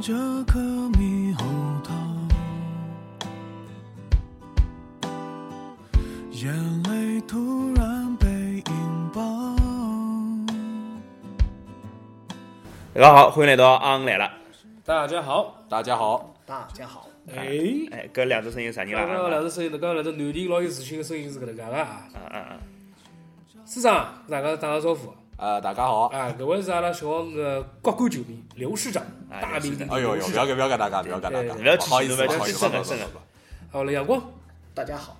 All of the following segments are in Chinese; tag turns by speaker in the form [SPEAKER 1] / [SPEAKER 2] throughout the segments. [SPEAKER 1] 着個獼猴頭，眼淚突然被引爆。
[SPEAKER 2] 大家好，欢迎来到阿五来了。
[SPEAKER 3] 大家好，
[SPEAKER 4] 大家好，
[SPEAKER 5] 大家好，
[SPEAKER 3] 哎，
[SPEAKER 2] 哎，搿两只声音啥人
[SPEAKER 3] 刚刚
[SPEAKER 2] 啦
[SPEAKER 3] 两？只声音，刚刚两只男人老有自信的声音是搿能介个啊。
[SPEAKER 2] 嗯嗯嗯，
[SPEAKER 3] 师长，大家打个招呼
[SPEAKER 4] 呃，大家好，
[SPEAKER 3] 啊！搿位是阿拉小学的国馆球迷刘市长，
[SPEAKER 2] 啊
[SPEAKER 3] 大名鼎鼎
[SPEAKER 4] 哎呦
[SPEAKER 3] 刘
[SPEAKER 4] 呦，
[SPEAKER 3] 市
[SPEAKER 4] 不
[SPEAKER 3] 长
[SPEAKER 4] 要。给不要给大家，不要给大家，
[SPEAKER 2] 不要
[SPEAKER 4] 不好意
[SPEAKER 2] 去
[SPEAKER 4] 思，
[SPEAKER 2] 不
[SPEAKER 4] 不
[SPEAKER 2] 要
[SPEAKER 4] 好意
[SPEAKER 2] 去，
[SPEAKER 4] 思，
[SPEAKER 2] 真
[SPEAKER 4] 不
[SPEAKER 2] 的
[SPEAKER 4] 好意思
[SPEAKER 2] 真的。
[SPEAKER 3] 好了，阳光，
[SPEAKER 5] 大家好。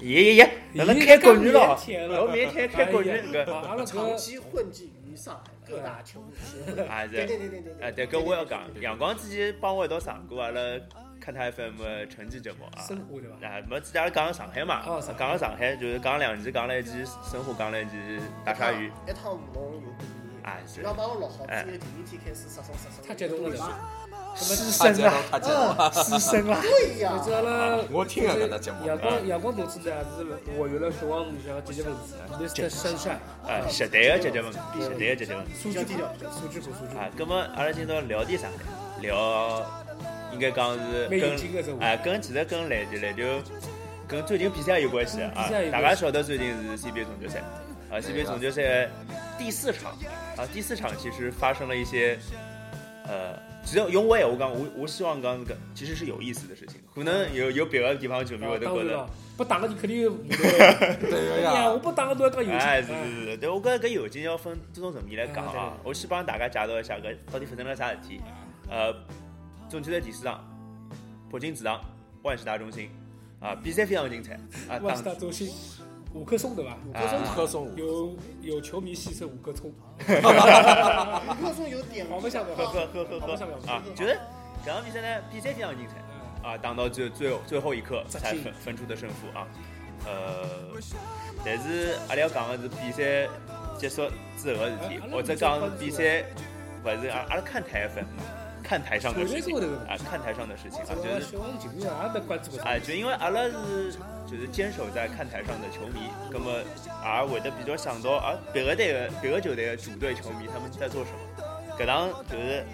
[SPEAKER 2] 爷爷爷，哪能开国语了？我明天啊开国语
[SPEAKER 3] 啊
[SPEAKER 2] 搿。
[SPEAKER 3] 阿拉
[SPEAKER 5] 长
[SPEAKER 3] 搿
[SPEAKER 5] 期混迹于上海各大球迷，
[SPEAKER 2] 啊
[SPEAKER 5] 对对
[SPEAKER 2] 是，
[SPEAKER 5] 对对对
[SPEAKER 2] 啊对，搿我要讲，阳光之前帮我一道上过阿拉看台 FM 的成绩节目啊。
[SPEAKER 3] 生活对伐？
[SPEAKER 2] 啊，没之前阿拉讲了上海嘛
[SPEAKER 3] 哦上，海
[SPEAKER 2] 讲了上海，就是讲两期，讲了一期生活，讲了一期大鲨鱼。
[SPEAKER 5] 一趟舞龙有第一，
[SPEAKER 2] 啊是
[SPEAKER 5] 然后把我落好之后，第一天开始杀生杀生，
[SPEAKER 3] 太激动了对伐？
[SPEAKER 2] 师
[SPEAKER 4] 太
[SPEAKER 2] 生
[SPEAKER 4] 激动
[SPEAKER 2] 啊，，
[SPEAKER 4] 太激动了。
[SPEAKER 2] 师生啊，
[SPEAKER 5] 对呀
[SPEAKER 3] 搿，只阿拉
[SPEAKER 4] 我听了搿只节目
[SPEAKER 3] 阳光阳光同志呢，是活跃了小黄里向的积极分子，你是在山山，
[SPEAKER 2] 啊，绝对的姐姐们，绝对的姐姐们。
[SPEAKER 3] 数据库，数据库，数据
[SPEAKER 2] 啊
[SPEAKER 3] 库，，
[SPEAKER 2] 葛么阿拉今朝聊点啥呢？聊应该讲是
[SPEAKER 3] 蛮有
[SPEAKER 2] 跟
[SPEAKER 3] 劲的这话
[SPEAKER 2] 啊，跟其实跟篮球篮球跟最近比赛有关系的啊
[SPEAKER 3] 比赛有。
[SPEAKER 2] 大
[SPEAKER 3] 关系
[SPEAKER 2] 家晓得最近是 CBA 总决赛啊，CBA 总决赛第四场啊，第四场其实发生了一些呃，其实用我也我讲，我我希望讲这个其实是有意思的事情，可能有有别的地方球迷会
[SPEAKER 3] 啊
[SPEAKER 2] 得
[SPEAKER 3] 当
[SPEAKER 2] 觉
[SPEAKER 3] 然
[SPEAKER 2] 得
[SPEAKER 3] 了。，不打个你肯定不会。
[SPEAKER 4] 对个
[SPEAKER 3] 哎呀，我
[SPEAKER 4] 呀，
[SPEAKER 3] 不打个都要讲有嗯劲。
[SPEAKER 2] 哎，是是是，对我觉着搿友情要分多种层面来讲
[SPEAKER 3] 啊
[SPEAKER 2] 啊。我先帮大家介绍一下搿到底发生了啥事体。呃，总决赛第四场，北京主场万事达中心啊，比赛非常精彩啊，
[SPEAKER 3] 万事
[SPEAKER 2] 当
[SPEAKER 3] 达中心，五棵松对吧？
[SPEAKER 2] 啊，
[SPEAKER 4] 歌颂我，
[SPEAKER 3] 有有球迷戏称五棵松，
[SPEAKER 5] 五棵松有点
[SPEAKER 3] 好不像个
[SPEAKER 2] 呵呵呵呵
[SPEAKER 3] 好不
[SPEAKER 2] 呵啊
[SPEAKER 3] 像，
[SPEAKER 2] 觉得搿场比赛呢，比赛非常精彩。啊，打到最最后最后一刻才分分出的胜负啊。呃，但是阿拉要讲的是比赛结束之后的事体
[SPEAKER 3] 哎阿，拉
[SPEAKER 2] 或者讲是比赛不是啊，阿拉看台 FM，看台上的事情
[SPEAKER 3] 球队做的
[SPEAKER 2] 啊，看台上的事情啊，
[SPEAKER 3] 这
[SPEAKER 2] 就
[SPEAKER 3] 个
[SPEAKER 2] 是
[SPEAKER 3] 小王球迷啊，也能关注个。
[SPEAKER 2] 啊，就因为阿拉是就是坚守在看台上的球迷，那么也会得比较想到啊，别个队的别个球队的主队球迷他们在做什么。搿趟就是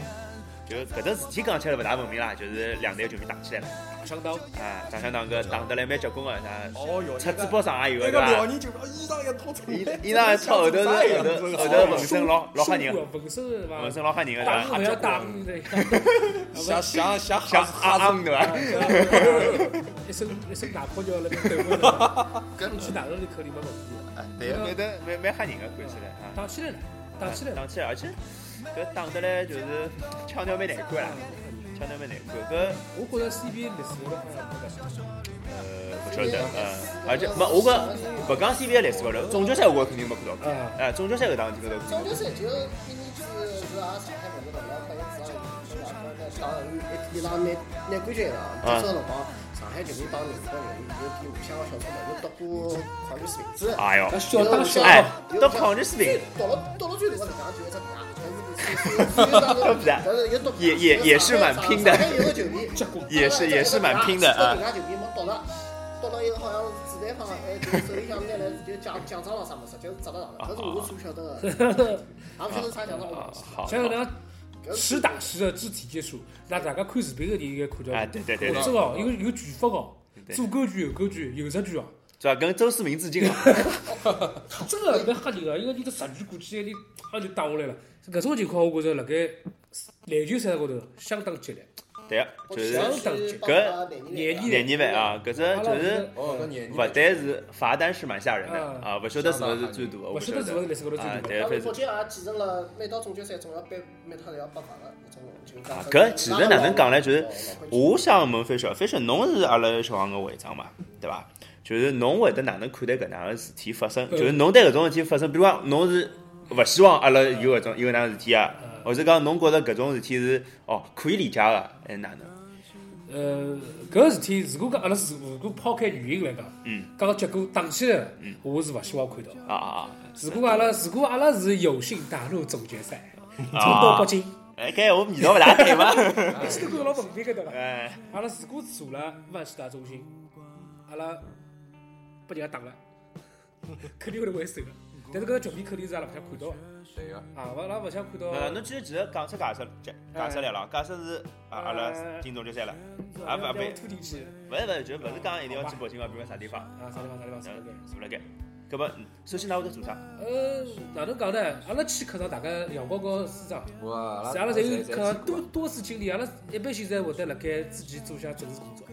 [SPEAKER 2] 就是搿只事体讲起来勿大文明啦，就是两队球迷打起来了。
[SPEAKER 3] 打相当，
[SPEAKER 2] 啊，长相堂哥打得来蛮结棍个，啥
[SPEAKER 4] 哦哟，
[SPEAKER 2] 车子包上也有
[SPEAKER 4] 那
[SPEAKER 2] 对
[SPEAKER 4] 个辽
[SPEAKER 2] 伐？
[SPEAKER 4] 宁就是衣裳也套出
[SPEAKER 2] 伊伊拉操后头是后头后头纹身老老吓人个，
[SPEAKER 3] 纹身是吧？
[SPEAKER 2] 纹身老吓人个对
[SPEAKER 3] 打不
[SPEAKER 2] 伐？
[SPEAKER 3] 要打你的，
[SPEAKER 4] 像像像
[SPEAKER 2] 像阿阿姆对伐？
[SPEAKER 3] 啊一身一身大泡尿了，对不对？你去哪个里口里没问题？
[SPEAKER 5] 对
[SPEAKER 2] 蛮得蛮蛮吓人个看起来啊，
[SPEAKER 3] 打起来了，嗯打起来了
[SPEAKER 2] 打，起来，而且搿打得来就是 腔调蛮难看啦，腔调蛮难看搿。
[SPEAKER 3] 我觉着 CBA 历史高头好像没个。
[SPEAKER 2] 呃，不晓得，嗯，而且没我搿勿讲 CBA 历史高头，总决赛我肯定没看到过，
[SPEAKER 3] 啊，
[SPEAKER 2] 哎，总决赛搿档事体高头
[SPEAKER 5] 总决赛就今年子是阿拉上海门口大家发现市场有变化，当然一天浪拿拿冠军了。这时候辰光，上海球迷帮南方球迷有比互相个小冲突，有夺过矿泉水瓶子。
[SPEAKER 2] 哎哟，
[SPEAKER 3] 小打小
[SPEAKER 2] 哎，
[SPEAKER 5] 有
[SPEAKER 2] 到矿泉水瓶，
[SPEAKER 5] 到了到了最后我讲就一只大，但是但是
[SPEAKER 2] 也也也是蛮拼的
[SPEAKER 5] 有个球迷
[SPEAKER 3] 结棍，
[SPEAKER 2] 也是也是蛮拼的啊
[SPEAKER 5] 人。家球迷没到了，到了一个好像是主办方哎，就是手里向拿来就奖奖状了啥么，直接砸到上了，搿是我所晓得的，也勿晓得啥奖状，我
[SPEAKER 2] 啊
[SPEAKER 5] 忘记了。
[SPEAKER 2] 好，
[SPEAKER 3] 像搿能实打实的肢体接触，那大家看视频的人应该看到。
[SPEAKER 2] 啊对对对对
[SPEAKER 3] 真个有有拳法哦
[SPEAKER 2] 对，
[SPEAKER 3] 左勾拳、右勾拳、右十拳哦，
[SPEAKER 2] 是吧？跟周思明致敬啊！
[SPEAKER 3] 真个蛮吓人啊个，因为你这十拳过去，你啊就打下来了。搿种情况，我觉着辣盖篮球赛场高头相当激烈。
[SPEAKER 2] 对，就是
[SPEAKER 3] 廿
[SPEAKER 5] 年
[SPEAKER 3] 二
[SPEAKER 2] 廿二万啊，搿只就是
[SPEAKER 4] 哦，搿年
[SPEAKER 2] 勿但是罚单是蛮吓人的
[SPEAKER 3] 嗯
[SPEAKER 2] 啊，勿晓得是勿是最大的，我
[SPEAKER 3] 勿晓得是勿是历史高头最
[SPEAKER 2] 啊
[SPEAKER 3] 大，
[SPEAKER 2] 对，
[SPEAKER 5] 我
[SPEAKER 2] 反
[SPEAKER 5] 们
[SPEAKER 2] 正
[SPEAKER 5] 国际也继承了每到总决赛总要颁每趟侪要颁发的那种就
[SPEAKER 2] 啊搿其实哪能讲呢就是我想问 Fisher，Fisher 侬是阿拉小行个会长嘛，对伐？就是侬会得哪能看待搿能样个事体发生？
[SPEAKER 3] 嗯
[SPEAKER 2] 就是侬对搿种事体发生，比如讲侬是勿希望阿拉有搿种有搿能样事体啊，或者讲侬觉着搿种事体是哦可以理解个，还是哪能？
[SPEAKER 3] 呃，搿事体如果讲阿拉是如果抛开原因来讲，
[SPEAKER 2] 嗯，
[SPEAKER 3] 讲到结果打起来了，我是勿希望看到。
[SPEAKER 2] 啊啊
[SPEAKER 3] 如果阿拉如果阿拉是有幸打入总决赛，冲
[SPEAKER 2] 啊！
[SPEAKER 3] 到北京，
[SPEAKER 2] 哎，搿我味道勿大对伐？
[SPEAKER 3] 你是能看到老文明搿搭 了。
[SPEAKER 2] 哎，
[SPEAKER 3] 阿拉如果坐了万事达中心，阿拉 被人家打了，肯定会得还手的。但是搿个球迷肯定是阿拉勿想看到的，
[SPEAKER 4] 对个，
[SPEAKER 3] 啊，勿拉勿想看到
[SPEAKER 2] 呃，侬既然其实讲出假设假假设来了，假设是啊阿拉
[SPEAKER 3] 哎
[SPEAKER 2] 听众就删了，啊
[SPEAKER 3] 啊，
[SPEAKER 2] 勿
[SPEAKER 3] 被
[SPEAKER 2] 被，
[SPEAKER 3] 拖进去
[SPEAKER 2] 勿是勿是，就勿是讲一定要去北京啊，比如啥地方，
[SPEAKER 3] 啊，啥地方啥地方啥地方。
[SPEAKER 2] 嗯，坐辣盖。搿么，嗯首先㑚会得做啥？
[SPEAKER 3] 呃，哪能讲呢？阿拉去客场，大概杨高和市长，
[SPEAKER 4] 我阿
[SPEAKER 3] 是阿拉侪有客场多多次经历。阿拉一般性侪会得辣盖之前做一下准时工作。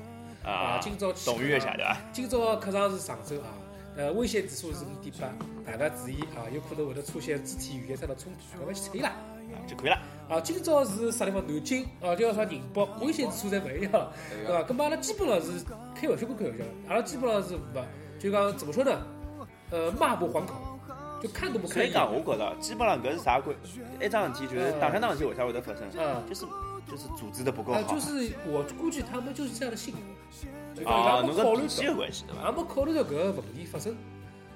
[SPEAKER 2] 啊，
[SPEAKER 3] 今朝去
[SPEAKER 2] 懂约一下对伐？
[SPEAKER 3] 今朝客场是常州啊，呃，危险指数是五点八，大家注意啊，有可能会得出现肢体语言上的冲突，赶快去处理啦。
[SPEAKER 2] 啊就可以了。
[SPEAKER 3] 啊，今朝是啥地方？南京啊，叫啥宁波，危险指数侪勿一样，对伐？搿么阿拉基本上是开玩笑归开玩笑，阿拉基本上是勿就讲怎么说呢？呃，骂不还口，就看都不
[SPEAKER 2] 所
[SPEAKER 3] 看一
[SPEAKER 2] 以
[SPEAKER 3] 眼
[SPEAKER 2] 讲，。我觉着基本上搿是啥关？一桩事体就是打相打事体，为啥会得发生？
[SPEAKER 3] 嗯
[SPEAKER 2] 就是就是组织的不够
[SPEAKER 3] 啊，
[SPEAKER 2] 好
[SPEAKER 3] 就是我估计他们就是这样的性格，就讲
[SPEAKER 2] 啊，
[SPEAKER 3] 伊拉
[SPEAKER 2] 侬
[SPEAKER 3] 没考虑
[SPEAKER 2] 搿脾气有
[SPEAKER 3] 到，
[SPEAKER 2] 关系对伐？
[SPEAKER 3] 也没考虑到搿个问题发生。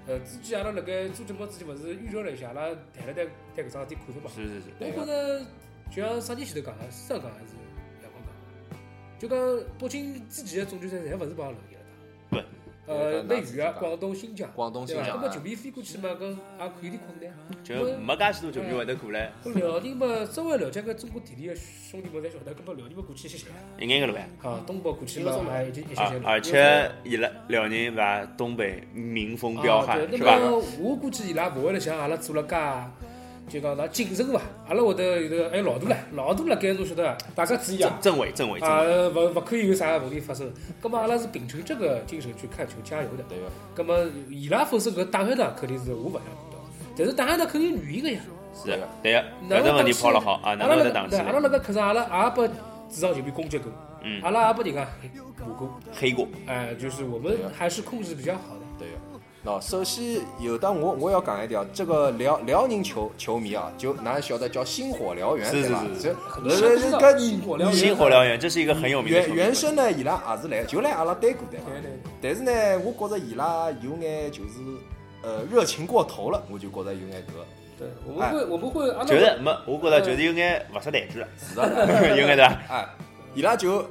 [SPEAKER 3] 呃，之前阿拉辣盖做节目之前，勿是预热了一下，阿拉谈了谈谈搿桩事体看头嘛。
[SPEAKER 2] 是是是，
[SPEAKER 3] 我
[SPEAKER 2] 对
[SPEAKER 3] 觉
[SPEAKER 2] 个。
[SPEAKER 3] 着就像啥年前头讲个，市长讲还是阳光讲，就讲北京之前的总决赛侪勿是帮阿拉赢了
[SPEAKER 2] 不，
[SPEAKER 3] 打，呃，内娱啊，广东新疆，
[SPEAKER 4] 广东新疆
[SPEAKER 3] 对伐？
[SPEAKER 4] 啊
[SPEAKER 3] 那么球迷飞过去嘛，搿也有点困难。
[SPEAKER 2] 就没介许多球迷会得过来，
[SPEAKER 3] 搿辽宁嘛，稍微了解搿中国地理的兄弟们侪晓得，搿么辽宁嘛过去一些些。
[SPEAKER 2] 应该个了呗。
[SPEAKER 3] 啊，东北过去嘛，还已经一些
[SPEAKER 2] 啊
[SPEAKER 3] 些，了。
[SPEAKER 2] 而且伊拉辽宁伐，东北民风彪悍
[SPEAKER 3] 啊对
[SPEAKER 2] 是
[SPEAKER 3] 那
[SPEAKER 2] 吧？
[SPEAKER 3] 么我估计伊拉勿会得像阿拉做了介，就讲啥谨慎伐？阿拉会得有得还有老大唻，老大辣盖侬晓得伐，大家注意啊
[SPEAKER 2] 政。政委政委政
[SPEAKER 3] 啊
[SPEAKER 2] 委，，
[SPEAKER 3] 勿勿可以有啥问题发生。葛么阿拉是秉承这个精神去看球加油的。
[SPEAKER 4] 对个，
[SPEAKER 3] 葛么伊拉发生搿打黑呢，肯定是我勿想看到，但是打黑呢肯定有原因个呀。
[SPEAKER 2] 是对个，
[SPEAKER 3] 哪
[SPEAKER 2] 搿只
[SPEAKER 3] 能
[SPEAKER 2] 问
[SPEAKER 3] 打
[SPEAKER 2] 题
[SPEAKER 3] 起
[SPEAKER 2] 抛了好啊，哪
[SPEAKER 3] 阿
[SPEAKER 2] 能
[SPEAKER 3] 拉
[SPEAKER 2] 会
[SPEAKER 3] 辣
[SPEAKER 2] 得
[SPEAKER 3] 个
[SPEAKER 2] 打起
[SPEAKER 3] 对阿拉
[SPEAKER 2] 来？
[SPEAKER 3] 辣个客场，阿拉也被主场球迷攻击过，
[SPEAKER 2] 嗯
[SPEAKER 3] 阿拉也被人家骂过。
[SPEAKER 2] 黑过，
[SPEAKER 3] 哎，就是我们还是控制比较好的。
[SPEAKER 4] 对个。喏，首先有的呃我我要讲一点，这个辽辽宁球球迷啊，就哪晓得叫星火燎原，
[SPEAKER 2] 是
[SPEAKER 4] 对吧？
[SPEAKER 2] 是是
[SPEAKER 4] 这
[SPEAKER 3] 多
[SPEAKER 4] 这
[SPEAKER 3] 人不知
[SPEAKER 4] 这
[SPEAKER 3] 道
[SPEAKER 4] 跟你
[SPEAKER 3] 星火燎原
[SPEAKER 2] 星火燎原，这是一个很有名的球
[SPEAKER 4] 原
[SPEAKER 2] 迷
[SPEAKER 4] 原生呢，伊拉也是来，就来阿拉对过的。
[SPEAKER 2] 嗯
[SPEAKER 3] 对对。
[SPEAKER 4] 但是呢，我觉着伊拉有眼就是呃热情过头了，我就觉着有眼搿个。
[SPEAKER 3] 对，我们啊会，我嗯们会，阿拉
[SPEAKER 2] 就是没，我哎觉着就是有眼勿识抬举了，
[SPEAKER 4] 是的，
[SPEAKER 2] 有眼对 伐？
[SPEAKER 4] 哎，伊拉就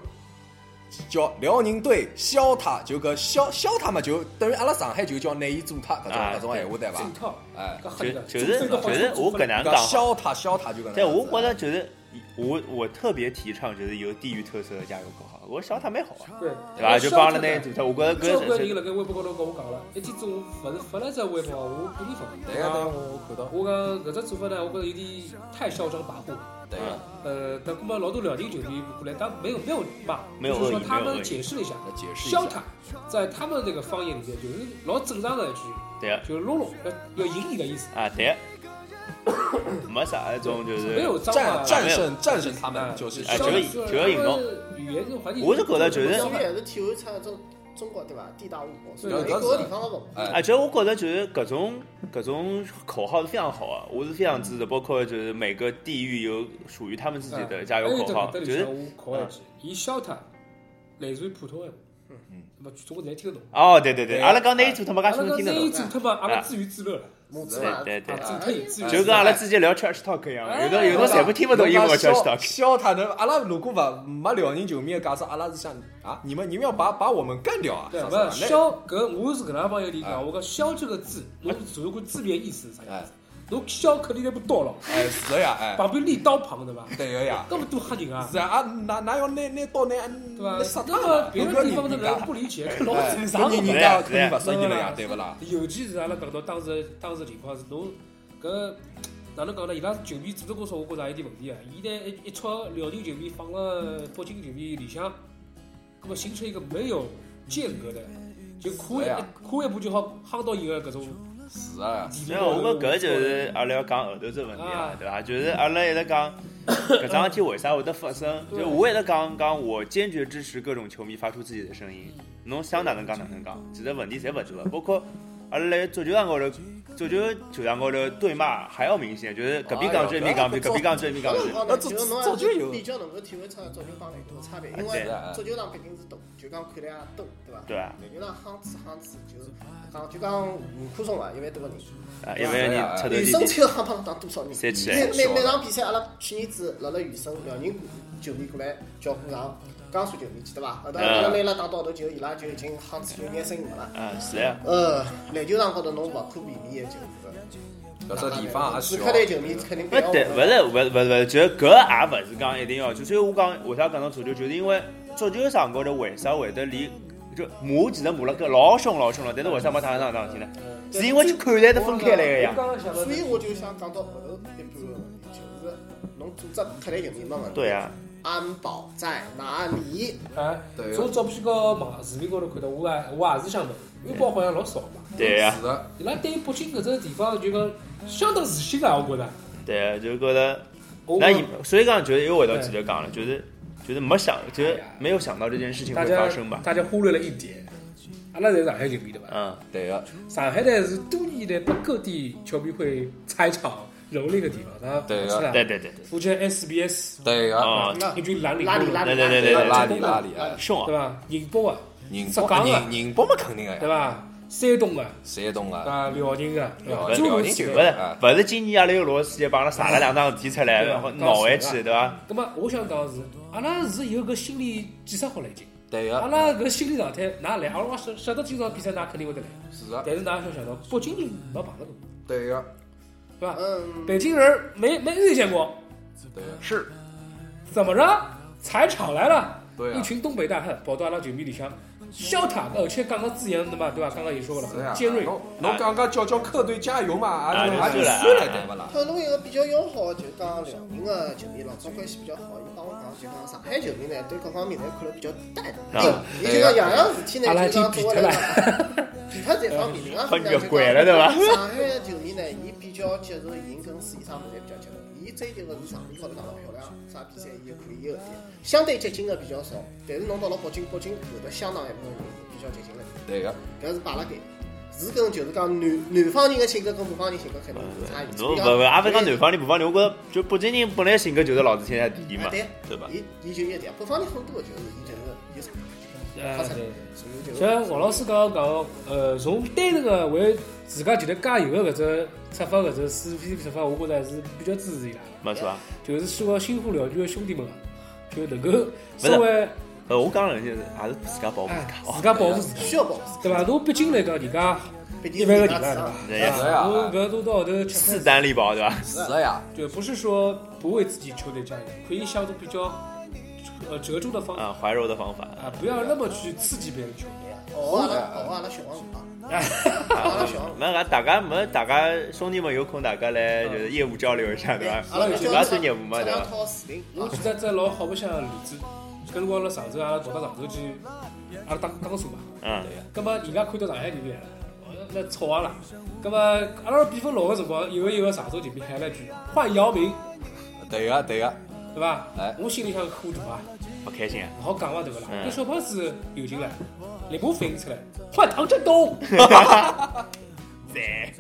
[SPEAKER 4] 叫辽宁队削他，就搿削削他嘛，就等于阿拉上海就叫内伊做他搿种
[SPEAKER 2] 啊
[SPEAKER 4] 搿种闲话对伐
[SPEAKER 3] 整？套，
[SPEAKER 4] 哎，
[SPEAKER 3] 搿黑
[SPEAKER 2] 就
[SPEAKER 3] 的，
[SPEAKER 2] 就是
[SPEAKER 3] 中国
[SPEAKER 2] 就
[SPEAKER 3] 队
[SPEAKER 2] 是
[SPEAKER 3] 的
[SPEAKER 2] 我搿能
[SPEAKER 4] 搿
[SPEAKER 2] 讲好，
[SPEAKER 4] 削他削他就搿能样子。
[SPEAKER 2] 但我觉着就是我我特别提倡就是有地域特色的加油口号，我觉得他蛮好啊，
[SPEAKER 3] 对
[SPEAKER 2] 对伐？就帮阿拉那
[SPEAKER 3] 那
[SPEAKER 2] 组，我觉着
[SPEAKER 3] 交关
[SPEAKER 2] 搿
[SPEAKER 3] 人
[SPEAKER 2] 是
[SPEAKER 3] 辣盖微博高头跟我讲了，一天中勿是发了只微博，我故意发。
[SPEAKER 4] 对个对个，我看到，
[SPEAKER 3] 我讲搿只做法呢，我觉着有点太嚣张跋扈。
[SPEAKER 4] 对
[SPEAKER 2] 嗯
[SPEAKER 4] 个，
[SPEAKER 3] 呃，但葛末老多辽宁球迷过来，但没有没有骂，
[SPEAKER 2] 没有
[SPEAKER 3] 就是
[SPEAKER 2] 恶意
[SPEAKER 3] 说他
[SPEAKER 2] 没有恶
[SPEAKER 3] 们
[SPEAKER 2] 意
[SPEAKER 3] 解释了一下，
[SPEAKER 4] 要解释一
[SPEAKER 3] 消
[SPEAKER 4] 下
[SPEAKER 3] 他，在他们那个方言里面就是老正常的一句，
[SPEAKER 2] 对啊
[SPEAKER 3] 就是“隆隆”，要要赢你的意思，
[SPEAKER 2] 啊 对，没啥那种就是
[SPEAKER 3] 没有脏话
[SPEAKER 4] 战。战胜战胜他
[SPEAKER 3] 啊
[SPEAKER 4] 们就是
[SPEAKER 2] 哎
[SPEAKER 4] 削
[SPEAKER 2] 就
[SPEAKER 4] 他
[SPEAKER 2] 是就要赢侬。
[SPEAKER 3] 语言这环境，
[SPEAKER 2] 我是觉得就是
[SPEAKER 5] 所以还是体会出一种中国对伐？地大物博，所以
[SPEAKER 4] 对
[SPEAKER 5] 每个地方的文化。
[SPEAKER 4] 哎
[SPEAKER 2] 而且我啊觉得就是各种各种口号是非常好啊，我是非常
[SPEAKER 3] 嗯
[SPEAKER 2] 支持，包括就是每个地域有属于他们自己
[SPEAKER 3] 哎
[SPEAKER 2] 的加油口号，
[SPEAKER 3] 就
[SPEAKER 2] 就是
[SPEAKER 3] 口号一句，伊消他，类似于普通闲话，嗯，那么中国人听得懂。
[SPEAKER 2] 哦对对对，
[SPEAKER 4] 对
[SPEAKER 2] 阿拉讲那一组他妈
[SPEAKER 3] 哎阿
[SPEAKER 2] 噶许
[SPEAKER 3] 拉
[SPEAKER 2] 多
[SPEAKER 3] 搿
[SPEAKER 2] 听得
[SPEAKER 3] 那一
[SPEAKER 2] 懂，啊
[SPEAKER 3] 组他妈阿拉自娱自乐了，
[SPEAKER 5] 母子嘛，
[SPEAKER 2] 对对
[SPEAKER 3] 啊，
[SPEAKER 2] 对
[SPEAKER 3] 自退自娱
[SPEAKER 2] 就跟阿拉之前聊 trash talk 一样，有
[SPEAKER 4] 哎
[SPEAKER 2] 的哎有的侪不听不懂英文啊 trash
[SPEAKER 4] 削
[SPEAKER 2] talk。
[SPEAKER 4] 削他的。阿拉如果勿没辽宁球迷的解释，阿拉是想啊，你们你们要把把我们干掉啊！
[SPEAKER 3] 对，
[SPEAKER 4] 啥
[SPEAKER 3] 不
[SPEAKER 4] 啥
[SPEAKER 3] 是
[SPEAKER 4] 啥
[SPEAKER 3] 消搿，我是搿能帮友理解，
[SPEAKER 4] 哎
[SPEAKER 3] 我讲消这个字，侬只有看字面意思是啥样子
[SPEAKER 4] 哎，
[SPEAKER 3] 侬消肯定侪不刀了，
[SPEAKER 4] 哎是的呀哎，
[SPEAKER 3] 旁边立刀旁对伐？
[SPEAKER 4] 对个呀。
[SPEAKER 3] 搿么多吓人啊，
[SPEAKER 4] 是啊，啊哪哪要拿拿刀拿
[SPEAKER 3] 对伐
[SPEAKER 4] 拿啊杀？他
[SPEAKER 3] 那么
[SPEAKER 4] 了？
[SPEAKER 3] 别的地方的人不理解，搿老
[SPEAKER 4] 哎，
[SPEAKER 3] 正常
[SPEAKER 4] 搿人
[SPEAKER 3] 的。
[SPEAKER 4] 人家肯定勿适意了呀，对勿啦？
[SPEAKER 3] 尤其是阿拉讲到当时当时情况是侬搿哪能讲呢？伊拉球迷组织工作，我觉着也有点问题啊。伊拿一一撮辽宁球迷放了北京球迷里向，搿么形成一个没有间隔的，就跨
[SPEAKER 4] 是
[SPEAKER 3] 一
[SPEAKER 5] 啊
[SPEAKER 4] 呀
[SPEAKER 3] 跨一步就好夯到伊个搿种
[SPEAKER 4] 是啊，
[SPEAKER 3] 地
[SPEAKER 2] 没
[SPEAKER 3] 面
[SPEAKER 2] 有，我
[SPEAKER 3] 高头
[SPEAKER 2] 觉搿就是阿拉要讲后头只问题啊
[SPEAKER 3] 啊，
[SPEAKER 2] 对伐？就是阿拉一直讲搿桩事体为啥会得发生，就我一直讲讲，我坚决支持各种球迷发出自己的声音，侬想哪能讲哪能讲，其实问题侪勿大，包括阿拉辣足球场高头。足球球场高头对骂还要明显，就是搿边讲这边讲这，搿边讲这边讲
[SPEAKER 5] 搿
[SPEAKER 2] 这
[SPEAKER 5] 辰。光
[SPEAKER 4] 那
[SPEAKER 5] 呢，
[SPEAKER 4] 足
[SPEAKER 5] 就是侬
[SPEAKER 4] 足球
[SPEAKER 5] 还是
[SPEAKER 4] 有
[SPEAKER 5] 比较能够体会出足球帮篮球的差别，因
[SPEAKER 2] 对
[SPEAKER 5] 为
[SPEAKER 4] 啊
[SPEAKER 5] 足球场毕竟是大，就讲看来也多，对伐？
[SPEAKER 2] 对啊
[SPEAKER 5] 篮球场夯子夯子，就是讲就讲五棵松伐，一万多个人，
[SPEAKER 2] 啊，一万人彻头
[SPEAKER 5] 女
[SPEAKER 2] 底
[SPEAKER 5] 生
[SPEAKER 2] 底，
[SPEAKER 5] 球夯帮打多少人？
[SPEAKER 2] 三千
[SPEAKER 5] 每
[SPEAKER 2] 哎，
[SPEAKER 5] 每每场比赛，阿拉去年子辣辣雨生辽宁球迷过来叫鼓掌，江苏球迷记得伐？后头阿拉拿伊拉打到后头，就伊拉就已经夯起有眼声音了。
[SPEAKER 2] 啊是呀，
[SPEAKER 5] 呃，篮球场高头侬勿可避免的就是
[SPEAKER 4] 搿只地方也
[SPEAKER 5] 此
[SPEAKER 4] 小啊
[SPEAKER 5] 刻，对球迷肯定不
[SPEAKER 2] 勿
[SPEAKER 5] 要
[SPEAKER 2] 哎对，勿是，勿勿勿，就是搿也勿是讲一定要。就所以我讲为啥讲到足球，就是因为足球场高头为啥会得离就骂，其实骂了个老凶老凶了，但是为啥没打上打上去呢？是因为去看台是分开来个呀
[SPEAKER 3] 我。刚刚想到，
[SPEAKER 5] 所以我就想讲到后头一半个问题，就是侬组织客队球迷没问题。
[SPEAKER 2] 对啊嗯呀、
[SPEAKER 5] 安保在哪里？
[SPEAKER 3] 哎，
[SPEAKER 4] 对
[SPEAKER 3] 从照片高嘛视频高头看到，我也我也是想问，安保好像老少嘛。
[SPEAKER 2] 对啊呀、
[SPEAKER 4] 是的，
[SPEAKER 3] 伊拉对于北京搿只地方就讲相当自信啊，我觉着。
[SPEAKER 2] 对啊，就觉得
[SPEAKER 3] 我
[SPEAKER 2] 那你所以讲就是又回到前头讲了，就是就是没想，就是没有想到这件事情
[SPEAKER 3] 大
[SPEAKER 2] 会
[SPEAKER 3] 家
[SPEAKER 2] 发生吧。
[SPEAKER 3] 大家忽略了一点，阿拉侪上海球迷对伐？
[SPEAKER 2] 嗯，
[SPEAKER 4] 对个，
[SPEAKER 3] 上海呢是多年来被各地球迷会拆场蹂躏的地方，它
[SPEAKER 4] 对
[SPEAKER 3] 是吧？
[SPEAKER 2] 对对对，
[SPEAKER 3] 福建 SBS
[SPEAKER 4] 对个，
[SPEAKER 2] 哦，
[SPEAKER 5] 那
[SPEAKER 3] 一群蓝领
[SPEAKER 5] 拉里
[SPEAKER 3] 工人
[SPEAKER 5] 拉里
[SPEAKER 2] 对对对对
[SPEAKER 4] 拉里拉里啊，
[SPEAKER 2] 凶
[SPEAKER 3] 对
[SPEAKER 2] 啊，
[SPEAKER 3] 伐？宁波啊，
[SPEAKER 4] 宁
[SPEAKER 3] 浙
[SPEAKER 4] 波
[SPEAKER 3] 江啊
[SPEAKER 4] 宁宁波嘛肯定个
[SPEAKER 3] 对
[SPEAKER 4] 呀，
[SPEAKER 3] 伐？山东啊，
[SPEAKER 4] 山东
[SPEAKER 3] 对
[SPEAKER 4] 啊，
[SPEAKER 3] 伐？辽宁啊，对吧
[SPEAKER 4] 辽
[SPEAKER 3] 诸如
[SPEAKER 4] 辽宁
[SPEAKER 3] 此
[SPEAKER 4] 就
[SPEAKER 3] 类
[SPEAKER 2] 不是
[SPEAKER 4] 啊
[SPEAKER 2] 不是，今年阿拉有罗斯也帮阿拉查了两桩事体出来，
[SPEAKER 3] 对啊
[SPEAKER 2] 然后闹回去，对伐？
[SPEAKER 3] 那么我想讲的是，阿拉是有搿心理建设好了已经，
[SPEAKER 4] 对
[SPEAKER 3] 阿
[SPEAKER 4] 个，
[SPEAKER 3] 拉搿心理状态，㑚来，阿拉晓晓得今朝比赛，㑚肯定会得来，
[SPEAKER 4] 是的，
[SPEAKER 3] 但是㑚要想到，北京人没碰得过，
[SPEAKER 4] 对个，
[SPEAKER 3] 对伐？
[SPEAKER 5] 嗯，
[SPEAKER 3] 北京人没没遇见过，
[SPEAKER 4] 对个，
[SPEAKER 2] 是，
[SPEAKER 3] 怎么着？踩场来了，
[SPEAKER 4] 对啊
[SPEAKER 3] 一群东北大汉跑到阿拉球迷里向笑他，而且呃讲个字眼的嘛，对吧？刚刚也说
[SPEAKER 4] 是啊哦呀
[SPEAKER 3] 了，尖锐，
[SPEAKER 4] 侬侬刚刚叫叫客队加油嘛，也就
[SPEAKER 2] 啊
[SPEAKER 4] 也
[SPEAKER 2] 就
[SPEAKER 4] 就是算了，
[SPEAKER 2] 啊
[SPEAKER 4] 对勿啦？
[SPEAKER 5] 像侬一个比较要好，就讲辽宁个球迷，老早关系比较好，伊帮我讲就讲上海球迷呢，对各方面呢看了比较淡定
[SPEAKER 2] 啊，
[SPEAKER 5] 伊就讲样样事体呢，
[SPEAKER 3] 阿拉已
[SPEAKER 5] 就
[SPEAKER 3] 经
[SPEAKER 5] 讲
[SPEAKER 3] 比脱
[SPEAKER 5] 作为来
[SPEAKER 3] 了
[SPEAKER 5] 讲，比他这方面，另外
[SPEAKER 2] 很
[SPEAKER 5] 方面就
[SPEAKER 2] 越轨了对吧
[SPEAKER 5] 讲上海球迷呢，伊比较接受赢跟输，伊啥物事侪比较接受，伊追求个是场面高头打得漂亮，啥比赛伊也可以有点，相对接近个比较少，但是侬到了北京，北京有的相当一部分人是比较接近个。
[SPEAKER 4] 对个，
[SPEAKER 5] 搿是摆辣盖，是跟就是讲南南方人的性格跟北方人性格肯定是差异。
[SPEAKER 2] 侬勿勿，也勿讲南方人，北方人，我觉着就北京人本来性格就是老子天下第一嘛
[SPEAKER 5] 对，
[SPEAKER 2] 对吧？
[SPEAKER 5] 伊伊就一点，北方人很多就是伊就是伊啥，
[SPEAKER 3] 呃，对。
[SPEAKER 5] 所以就是
[SPEAKER 3] 像王老师刚刚讲，呃，从单纯个为自家前头加油的搿只出发，搿只思维出发，我觉着还是比较支持伊拉的。
[SPEAKER 2] 没错啊。
[SPEAKER 3] 就是希望新婚聊女的兄弟们啊，就能够稍微
[SPEAKER 2] 呃，我讲了就是也是自家保护自
[SPEAKER 3] 哎
[SPEAKER 2] 家
[SPEAKER 3] 自
[SPEAKER 2] 哦。
[SPEAKER 3] 家保护自己，
[SPEAKER 5] 需要保护，
[SPEAKER 3] 对伐？侬毕竟来讲，人家
[SPEAKER 5] 毕
[SPEAKER 3] 一
[SPEAKER 5] 竟
[SPEAKER 3] 般个
[SPEAKER 5] 人
[SPEAKER 3] 地方
[SPEAKER 5] 家是啊，
[SPEAKER 2] 对
[SPEAKER 3] 对
[SPEAKER 2] 呀
[SPEAKER 4] 是呀
[SPEAKER 3] 伐？侬搿多到后头吃
[SPEAKER 2] 势
[SPEAKER 3] 饭。
[SPEAKER 2] 单力薄，对吧？
[SPEAKER 4] 是啊的呀，
[SPEAKER 3] 就不是说不为自己球队加油，可以相对比较呃折中的方法
[SPEAKER 2] 啊，怀柔的方法，
[SPEAKER 3] 啊，不要那么去刺激别人球队。
[SPEAKER 5] 哦阿拉哦阿拉小王啊，阿拉小王。
[SPEAKER 2] 那俺大家没大家兄弟们有空，大家来就是业务交流一下，对吧？
[SPEAKER 5] 阿拉
[SPEAKER 2] 自家做业务嘛，对
[SPEAKER 5] 两
[SPEAKER 2] 吧？
[SPEAKER 5] 套视频，
[SPEAKER 3] 我举只只老好白相的例子，搿辰光辣上周阿拉跑到上周去，阿拉打江苏嘛，
[SPEAKER 2] 嗯，
[SPEAKER 3] 葛末人家看到上海球迷来了，呃那吵啊啦。葛末阿拉比分落个辰光，有个有个上周球迷喊了一句“换姚明
[SPEAKER 4] 对个对个，”，
[SPEAKER 3] 对伐
[SPEAKER 4] 哎？
[SPEAKER 3] 我心里想火大啊，
[SPEAKER 2] 不开心啊！
[SPEAKER 3] 勿好讲伐，对勿啦？
[SPEAKER 2] 嗯
[SPEAKER 3] 搿小胖子有劲了，立马反应出来，换唐振东。
[SPEAKER 2] 对，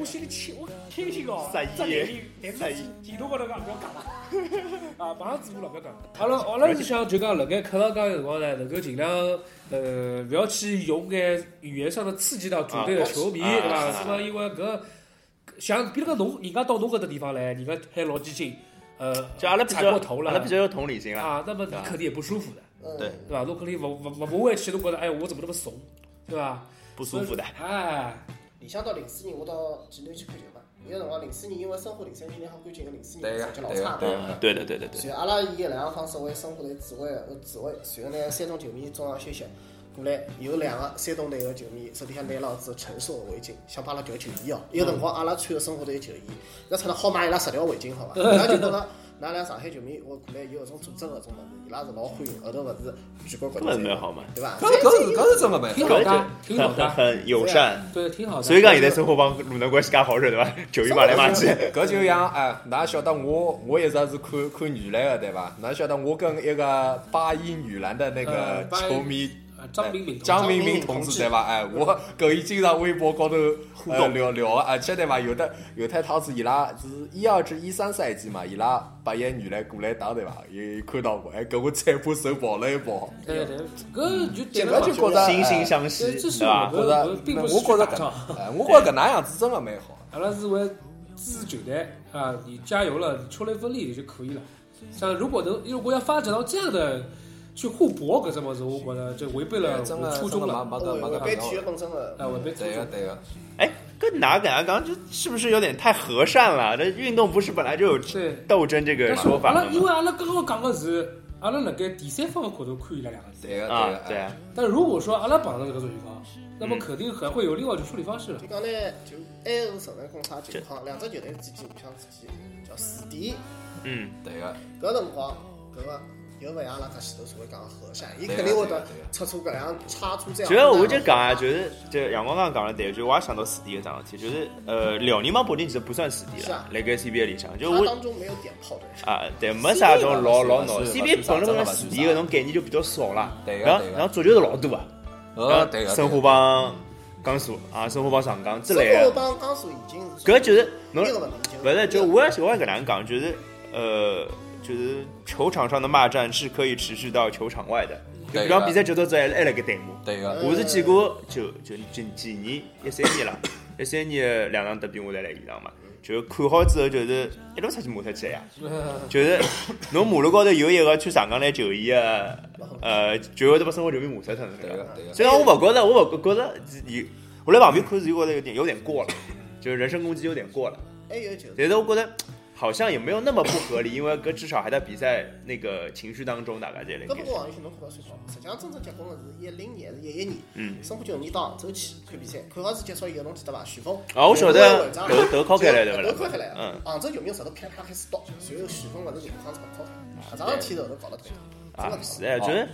[SPEAKER 3] 我心里气，我开心哦，
[SPEAKER 2] 色一
[SPEAKER 3] 这眼睛，但
[SPEAKER 2] 色
[SPEAKER 3] 是
[SPEAKER 2] 一
[SPEAKER 3] 前头高头讲不要讲了，啊，马上直播了，不要讲了。阿拉阿拉是想就讲，辣盖课堂讲的辰光呢，能够尽量呃，不要去用眼语言上的刺激到主队的球迷，
[SPEAKER 2] 啊
[SPEAKER 3] 对
[SPEAKER 2] 啊
[SPEAKER 3] 吧？
[SPEAKER 2] 啊
[SPEAKER 3] 是吧？因为搿像比如讲侬，人家到侬搿只地方来，人家还老激进，呃，
[SPEAKER 2] 就阿拉比
[SPEAKER 3] 踩
[SPEAKER 2] 较，
[SPEAKER 3] 过头
[SPEAKER 2] 阿拉
[SPEAKER 3] 了
[SPEAKER 2] 比较有同理心啦。
[SPEAKER 3] 啊，那么你肯定也不舒服的，
[SPEAKER 2] 对，
[SPEAKER 3] 对吧？侬肯定勿勿勿不会去，侬觉得哎，我怎么那么怂，对吧？
[SPEAKER 2] 不舒服的
[SPEAKER 3] 所以说哎。
[SPEAKER 5] 里向到零四年我到济南去看球嘛，有个辰光零四年因为申花零三年好关键个零四年
[SPEAKER 4] 对
[SPEAKER 5] 成绩
[SPEAKER 4] 个
[SPEAKER 5] 老
[SPEAKER 4] 对
[SPEAKER 5] 差
[SPEAKER 4] 个
[SPEAKER 5] 嘛
[SPEAKER 2] 对
[SPEAKER 4] 对，个，
[SPEAKER 2] 的，对的，对的。
[SPEAKER 5] 所以阿拉以两个方式为申花队指挥呃指挥，然后呢，山东球迷中场休息过来，有两个山东队个球迷手里向拿了只橙色围巾，想帮阿拉调球衣哦。有辰光阿拉穿个申花队球衣，那出来好买伊拉十条围巾好伐？伊拉就觉着。㑚两上海球迷，我过来有搿种组织搿种物事，伊拉是老欢迎，后头勿是全国国际
[SPEAKER 2] 搿
[SPEAKER 5] 赛
[SPEAKER 2] 是蛮好嘛
[SPEAKER 5] 对伐？
[SPEAKER 4] 搿搿是搿是真个办
[SPEAKER 3] 挺
[SPEAKER 4] 法，
[SPEAKER 3] 好
[SPEAKER 2] 搿
[SPEAKER 3] 的啊，
[SPEAKER 2] 就
[SPEAKER 3] 挺好
[SPEAKER 2] 很
[SPEAKER 3] 的
[SPEAKER 2] 很
[SPEAKER 3] 啊，
[SPEAKER 2] 很友善。
[SPEAKER 3] 对，挺好的。
[SPEAKER 2] 所以讲现在生活帮鲁能关系介好着，对吧？球衣买来买去，
[SPEAKER 4] 搿就像哎，㑚晓得我我一直是看看女篮个对伐？㑚晓得我跟一个巴以女篮的那
[SPEAKER 3] 呃
[SPEAKER 4] 个
[SPEAKER 3] 巴以
[SPEAKER 4] 球迷哎
[SPEAKER 3] 啊张明敏同志
[SPEAKER 4] 张明明同志对伐？哎，我搿伊经常微博高头互
[SPEAKER 2] 动
[SPEAKER 4] 聊聊啊，而且对伐？有的有太趟子伊拉是一二至一三赛季嘛，伊拉八一女篮过来打对伐？也看到过，哎，搿我菜谱手跑了一跑，
[SPEAKER 3] 对对，搿就对
[SPEAKER 4] 简
[SPEAKER 3] 了
[SPEAKER 4] 直
[SPEAKER 3] 嘛
[SPEAKER 4] 就。觉着
[SPEAKER 2] 惺惺
[SPEAKER 4] 哎
[SPEAKER 2] 相惜，
[SPEAKER 3] 这是
[SPEAKER 2] 对吧？
[SPEAKER 4] 觉
[SPEAKER 3] 我
[SPEAKER 4] 着
[SPEAKER 3] 并不是
[SPEAKER 4] 我觉着
[SPEAKER 3] 去打
[SPEAKER 4] 搿
[SPEAKER 3] 仗
[SPEAKER 4] 哎，我觉着搿能样子真个蛮好。
[SPEAKER 3] 阿拉是为支持球队啊，你加油了，你出了一份力就可以了。像如果能，如果要发展到这样的去互搏搿只么子，我觉着就违背了
[SPEAKER 4] 真的
[SPEAKER 3] 我初衷
[SPEAKER 4] 真的
[SPEAKER 3] 了。
[SPEAKER 4] 没没搿没
[SPEAKER 5] 违
[SPEAKER 4] 搿
[SPEAKER 5] 背
[SPEAKER 4] 必
[SPEAKER 5] 体育本身个
[SPEAKER 4] 哎
[SPEAKER 3] 啊，违背初
[SPEAKER 4] 对个
[SPEAKER 3] 衷。
[SPEAKER 4] 对个，
[SPEAKER 2] 哎，跟哪搿样讲，就是不是有点太和善了？这运动不是本来就有
[SPEAKER 3] 对
[SPEAKER 2] 斗争这个
[SPEAKER 3] 但是
[SPEAKER 2] 说法
[SPEAKER 3] 阿
[SPEAKER 2] 的
[SPEAKER 3] 拉
[SPEAKER 2] 吗？
[SPEAKER 3] 因为阿拉刚刚讲的是阿拉辣盖第三方的角度看伊拉两个字，
[SPEAKER 4] 对个哎
[SPEAKER 2] 啊，
[SPEAKER 4] 对
[SPEAKER 2] 对
[SPEAKER 4] 个，
[SPEAKER 2] 啊，
[SPEAKER 3] 但如果说阿拉碰到这个种情况，那么肯定还会有另外一种处理方式了
[SPEAKER 5] 就。讲呢，就还是承认公差情况，两支球队之间互相之间叫死敌。
[SPEAKER 2] 嗯，
[SPEAKER 4] 对啊个，
[SPEAKER 5] 搿辰光，搿个又勿像阿拉搿前头所谓讲的和善，伊
[SPEAKER 2] 啊
[SPEAKER 5] 肯定会得出出搿样差错这样。
[SPEAKER 2] 主要我就讲啊，就是就阳光刚刚讲了对，就我也想到死敌搿桩事体，就是呃，辽宁帮保定其实不算死敌
[SPEAKER 5] 是
[SPEAKER 2] 了
[SPEAKER 5] 啊，
[SPEAKER 2] 辣盖 CBA 里向，就
[SPEAKER 5] 他
[SPEAKER 2] 我
[SPEAKER 5] 当中没有点炮的人。
[SPEAKER 2] 啊，对，没啥种老老
[SPEAKER 4] 是
[SPEAKER 2] 闹
[SPEAKER 4] 是
[SPEAKER 2] ，CBA
[SPEAKER 4] 是
[SPEAKER 2] 本来
[SPEAKER 4] 是
[SPEAKER 2] 本来
[SPEAKER 4] 是
[SPEAKER 2] 死敌搿种概念就比较少啦，
[SPEAKER 4] 对个
[SPEAKER 2] 然后
[SPEAKER 4] 对个
[SPEAKER 2] 然后足球是老多啊，
[SPEAKER 4] 呃
[SPEAKER 2] 然后
[SPEAKER 4] 对个，
[SPEAKER 2] 申花帮江苏啊，申花帮上港之类
[SPEAKER 5] 生活
[SPEAKER 2] 的，
[SPEAKER 5] 帮江苏已经是
[SPEAKER 2] 搿就是侬
[SPEAKER 5] 另一个问题，
[SPEAKER 2] 勿是就我也喜欢搿能讲，就是呃，就是球场上的骂战是可以持续到球场外的，就
[SPEAKER 4] 对
[SPEAKER 2] 比
[SPEAKER 4] 个
[SPEAKER 2] 方比赛结束之后还还辣盖弹幕。
[SPEAKER 4] 对啊个，
[SPEAKER 2] 我是见过就就近几年一三年了，一三年两场德比我侪来现场嘛，就看好之后就是一路出去骂出 去呀，就是侬马路高头有一个穿上港来球衣的，呃，就会得把生活球迷骂死脱
[SPEAKER 4] 对个对个啊
[SPEAKER 2] 虽然我勿觉着，我勿觉着有，我来旁边看是觉着有点有点过了，就是人身攻击有点过了，
[SPEAKER 5] 还有就是
[SPEAKER 2] 但是我觉得。好像也没有那么不合理，因为搿至少还在比赛那个情绪当中，大概在那
[SPEAKER 5] 搿
[SPEAKER 2] 个
[SPEAKER 5] 不。过王宇轩侬看到最好，实际上真正结棍的是一零年是一一年，
[SPEAKER 2] 嗯，
[SPEAKER 5] 生活九年到杭州去看比赛，看好是结束以后侬记得伐？徐峰
[SPEAKER 2] 哦，我晓得，
[SPEAKER 5] 头
[SPEAKER 2] 头头敲开来对勿
[SPEAKER 5] 头敲开
[SPEAKER 2] 啦
[SPEAKER 5] 来？啊
[SPEAKER 2] 嗯，
[SPEAKER 5] 杭州球迷直头噼里啪啦开始倒，然后徐峰勿是情况操操，搿桩事体头头搞了头疼，
[SPEAKER 2] 啊
[SPEAKER 5] 真，
[SPEAKER 2] 是
[SPEAKER 5] 的
[SPEAKER 2] 哎，就是
[SPEAKER 4] 哦